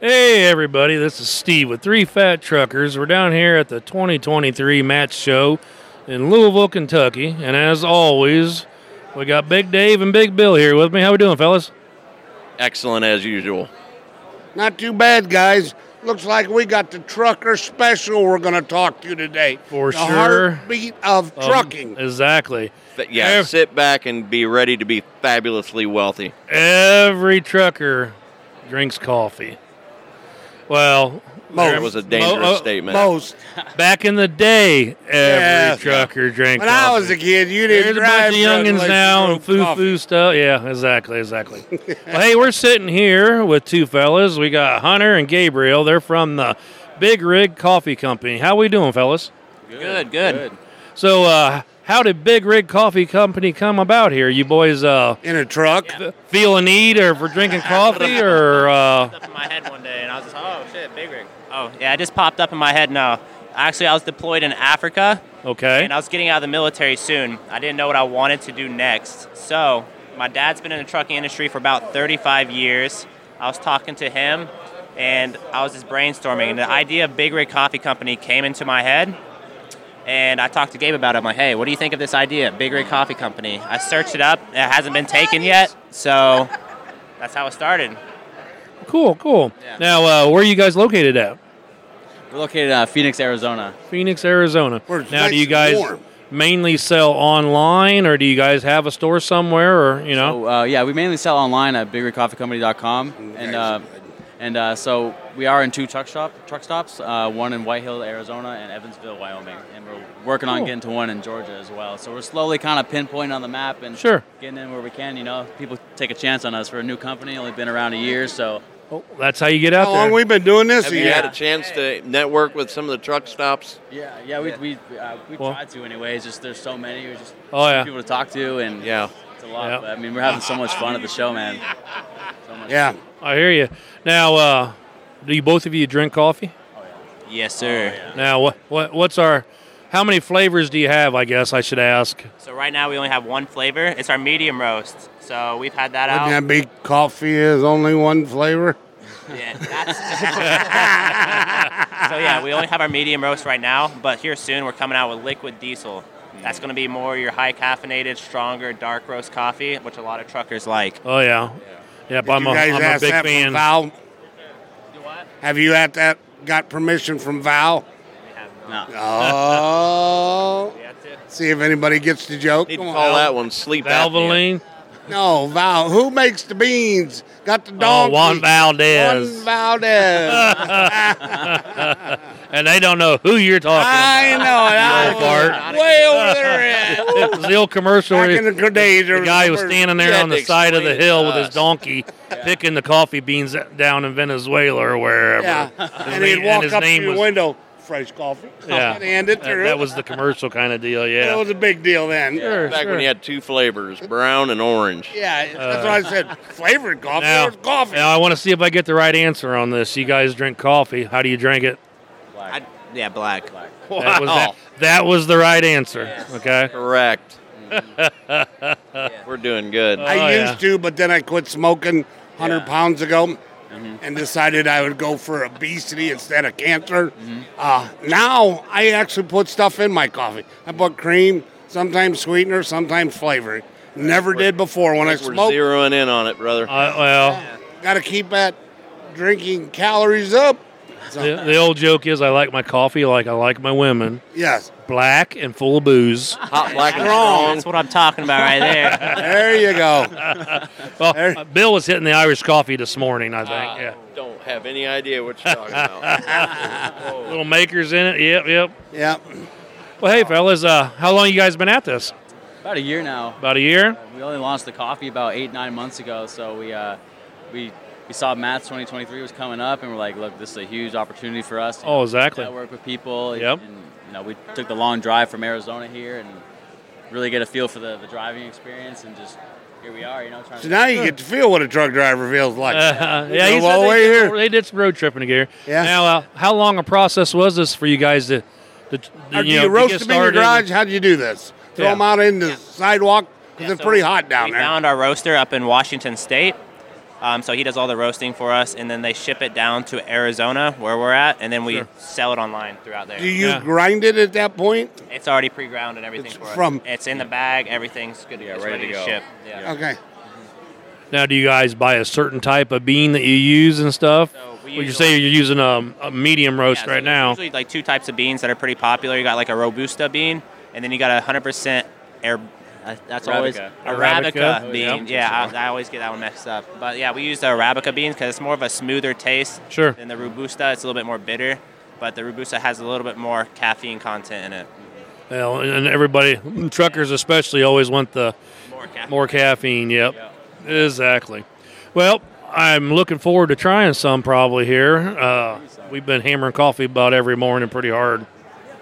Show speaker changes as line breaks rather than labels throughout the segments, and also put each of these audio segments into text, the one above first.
Hey, everybody, this is Steve with Three Fat Truckers. We're down here at the 2023 Match Show in Louisville, Kentucky. And as always, we got Big Dave and Big Bill here with me. How we doing, fellas?
Excellent as usual.
Not too bad, guys. Looks like we got the trucker special we're going to talk to today.
For
the
sure.
Heartbeat of
Um,
trucking.
exactly.
But yeah,
Ev-
sit back and be ready to be fabulously wealthy.
Every trucker drinks coffee. Well,
That was a dangerous
Mo- uh,
statement.
Most.
back in the day, every
Yeah.
trucker drank
When
coffee.
I was a kid, you didn't
There's a
drive
bunch of youngins
unless
now
you
and
drove
foo
coffee.
foo stuff. Yeah, exactly, exactly. well, hey, we're sitting here with two fellas. We got Hunter and Gabriel. They're from the Big Rig Coffee Company. How we doing, fellas?
Good, good.
So, uh, how did Big Rig Coffee Company come about here? You boys uh,
In a truck.
feel a need or for drinking coffee or uh,
Popped up in my head one day, and I was just, oh shit, big rig. Oh yeah, it just popped up in my head now. Actually, I was deployed in Africa,
okay?
and I was getting out of the military soon. I didn't know what I wanted to do next, so my dad's been in the trucking industry for about 35 years. I was talking to him, and I was just brainstorming, and the idea of Big Rig Coffee Company came into my head. And I talked to Gabe about it. I'm like, hey, what do you think of this idea, Big Rig Coffee Company? I searched it up. It hasn't been taken yet, so that's how it started.
Cool, cool. Now, uh, where are you guys located at?
We're located uh, Phoenix, Arizona.
Phoenix, Arizona.
Where it's
now, do
nice
you
and
guys
warm.
mainly sell online, or do you guys have a store somewhere, or you know?
So, uh, yeah, we mainly sell online at biggercoffeecompany.com, and uh, and uh, so we are in two truck shop truck stops, uh, one in Whitehill, Arizona, and Evansville, Wyoming, and we're working on
Cool.
getting to one in Georgia as well. So we're slowly kind of pinpointing on the map and
Sure.
getting in where we can. You know, people take a chance on us. We're a new company, only been around a year, so
Oh, that's how you get out
How
there.
long we been doing this?
Have
a
you
year?
had a chance to network with some of the truck stops?
yeah, yeah, we we, uh, we
Well-
tried to anyways. Just there's so many, we just
Oh, yeah.
people to talk to, and
Yeah.
it's a lot.
Yeah.
But, I mean, we're having so much fun at the show, man. So much
yeah.
I hear you. Now, uh, do you both of you drink coffee?
Yes, sir.
Now, what, what what's our? How many flavors do you have? I guess I should ask.
So right now we only have one flavor. It's our medium roast. So we've had that
Wouldn't
out.
that be coffee is only one flavor?
Yeah, that's- so yeah, we only have our medium roast right now, but here soon we're coming out with liquid diesel. That's going to be more your high caffeinated, stronger dark roast coffee, which a lot of truckers like.
Oh yeah, yep. I'm
you
a,
guys
I'm a
asked
big
that
fan.
from Val? Have you at that got permission from Val?
No.
Oh. See if anybody gets the joke.
Need to
Come
call
on.
that one sleep apnea.
Valvoline.
No, Val. Who makes the beans? Got the
Oh,
dog.
Juan Valdez.
Juan Valdez.
and they don't know who you're talking
I know. I
Little
was
fart.
way over there.
about. It was the old commercial.
Back
where
in the good days, there
the guy was
a bird.
standing
You
there
had
on the
to
side of the
explain it
hill
to
with his
us.
donkey, picking the coffee beans down in Venezuela or wherever.
Yeah.
His
And
na-
he'd walk
his
up
name
to your
was-
window, fresh coffee.
Yeah.
And hand it
That,
through.
that was the commercial kind of deal. Yeah.
That was a big deal then.
Sure,
Back
sure.
when you had two flavors, brown and orange.
Yeah, that's what I said. Flavored coffee
Uh, Now,
or coffee.
now I want to see if I get the right answer on this. You guys drink coffee. How do you drink it?
I, yeah, black.
That was that,
Wow.
that was the right answer. Okay.
Correct. We're doing good.
Uh,
I
Oh,
used
yeah.
to, but then I quit smoking 100 pounds ago
Mm-hmm.
and decided I would go for obesity instead of cancer.
Mm-hmm.
Uh, now I actually put stuff in my coffee. I put cream, sometimes sweetener, sometimes flavoring. Never did before when I
We're
smoked.
zeroing in on it, brother.
Uh, well,
Got to keep that drinking calories up. So,
the, the old joke is I like my coffee like I like my women,
Yes,
black and full of booze.
Hot, black, and
Strong.
strong.
That's what I'm talking about right there.
there you go.
Well,
There-
uh, Bill was hitting the Irish coffee this morning. I think.
Ah.
yeah.
Don't have any idea what you're talking about.
Little makers in it. Yep. Yep.
Yeah,
Well, hey, fellas, uh, how long you guys been at this?
About a year now.
About a year.
We only launched the coffee about eight, nine months ago. So we uh, we we saw Matt's 2023 was coming up, and we're like, look, this is a huge opportunity for us. to
Oh, exactly.
Network with people.
Yep.
And, you know, we took the long drive from Arizona here and really get a feel for the, the driving experience, and just here we are. You know, trying
so
to
now you get to feel what a truck driver feels like.
Uh, yeah,
drove
he said
all the
they,
way
did,
here.
they did some road tripping together.
Yeah.
Now, uh, how long a process was this for you guys to, to, to
Or do
you
you,
know, to
roast
get
them in your
started?
garage? How do you do this? Throw
Yeah.
them out in the sidewalk because
Yeah,
it's
so
pretty hot down
we
there.
found our roaster up in Washington State, Um, so he does all the roasting for us, and then they ship it down to Arizona, where we're at, and then we
Sure.
sell it online throughout there.
Do you
Yeah.
grind it at that point?
It's already pre-ground and everything
It's
for us.
from-
It's in the bag. Everything's good. Yeah,
ready to go.
ship. Yeah.
Okay.
Now, do you guys buy a certain type of bean that you use and stuff?
No, we
Would you
use
say you're using a, a medium
Yeah,
roast
so
right
there's
now?
Usually, like two types of beans that are pretty popular. You got like a robusta bean, and then you got a hundred percent air. uh, That's always
Arabica.
arabica,
Arabica, oh, yeah.
bean. Yeah, I, I always get that one mixed up. But yeah, we use the arabica beans because it's more of a smoother taste
Sure.
than the robusta. It's a little bit more bitter, but the robusta has a little bit more caffeine content in it.
Well, and everybody, truckers especially, always want the
More caffeine.
more caffeine. Yep. Exactly. Well, I'm looking forward to trying some probably here. Uh, we've been hammering coffee about every morning pretty hard.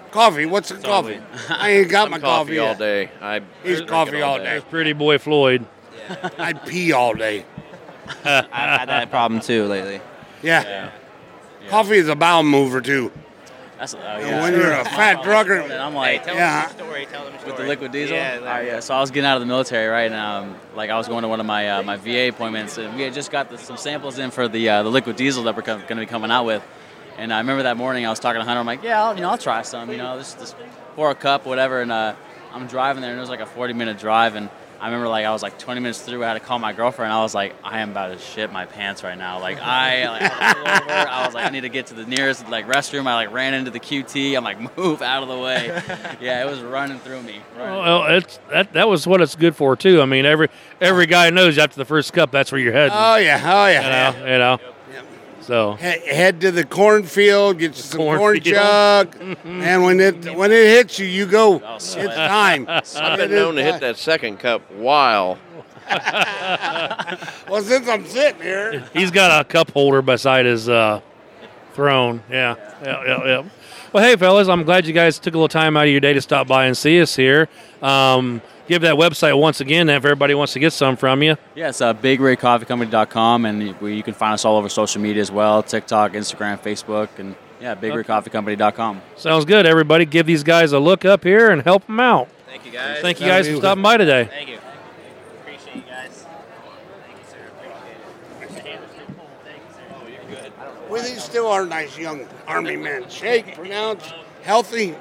Coffee. What's the coffee? I ain't got my
I'm coffee,
coffee
all
yet.
day. I
He's
drink
coffee
it
all day.
Pretty boy Floyd.
I pee all day.
I've had that problem too lately.
Yeah. Coffee is a bowel mover too.
That's, oh,
And
yeah.
when you're a fat drugger,
And I'm
Hey,
like,
tell
Yeah.
them the story. Tell them the story.
with the liquid diesel.
Yeah,
All right, yeah. So I was getting out of the military, right? And um, like I was going to one of my uh, my VA appointments, and we had just got the, some samples in for the uh, the liquid diesel that we're going to be coming out with. And I remember that morning I was talking to Hunter. I'm like, yeah, I'll, you know, I'll try some. You know, just, just pour a cup, whatever. And uh, I'm driving there, and it was like a 40 minute drive. And I remember like I was like 20 minutes through, I had to call my girlfriend. I was like, I am about to shit my pants right now. Like I, like, I, had to pull over. I was like, I need to get to the nearest like restroom. I like ran into the QT. I'm like, move out of the way. Yeah, it was running through me. Running
Well, it's that that was what it's good for too. I mean, every every guy knows after the first cup, that's where you're heading.
oh yeah, oh
you
yeah.
know, you know. So
He- head to the cornfield, get you some corn
cornfield.
jug, and when it when it hits you, you go.
Oh,
It's
sweat.
time.
I've been known to hit that second cup while
Well, since I'm sitting here,
he's got a cup holder beside his uh, throne. Yeah. Yeah, yeah, yeah. Well, hey, fellas, I'm glad you guys took a little time out of your day to stop by and see us here. Um, give that website once again if everybody wants to get some from you.
Yes, uh, BigRigCoffeeCompany.com, and we, you can find us all over social media as well TikTok, Instagram, Facebook, and yeah, BigRigCoffeeCompany.com.
Sounds good, everybody. Give these guys a look up here and help them out.
Thank you guys.
Thank you
That'll
guys
be
for
good.
stopping by today.
Thank you. Appreciate you guys. Thank you, sir. Appreciate it. The hand is too full. Thank you, sir. Oh, you're good.
well, these still are nice young army men. Shake, pronounced, healthy,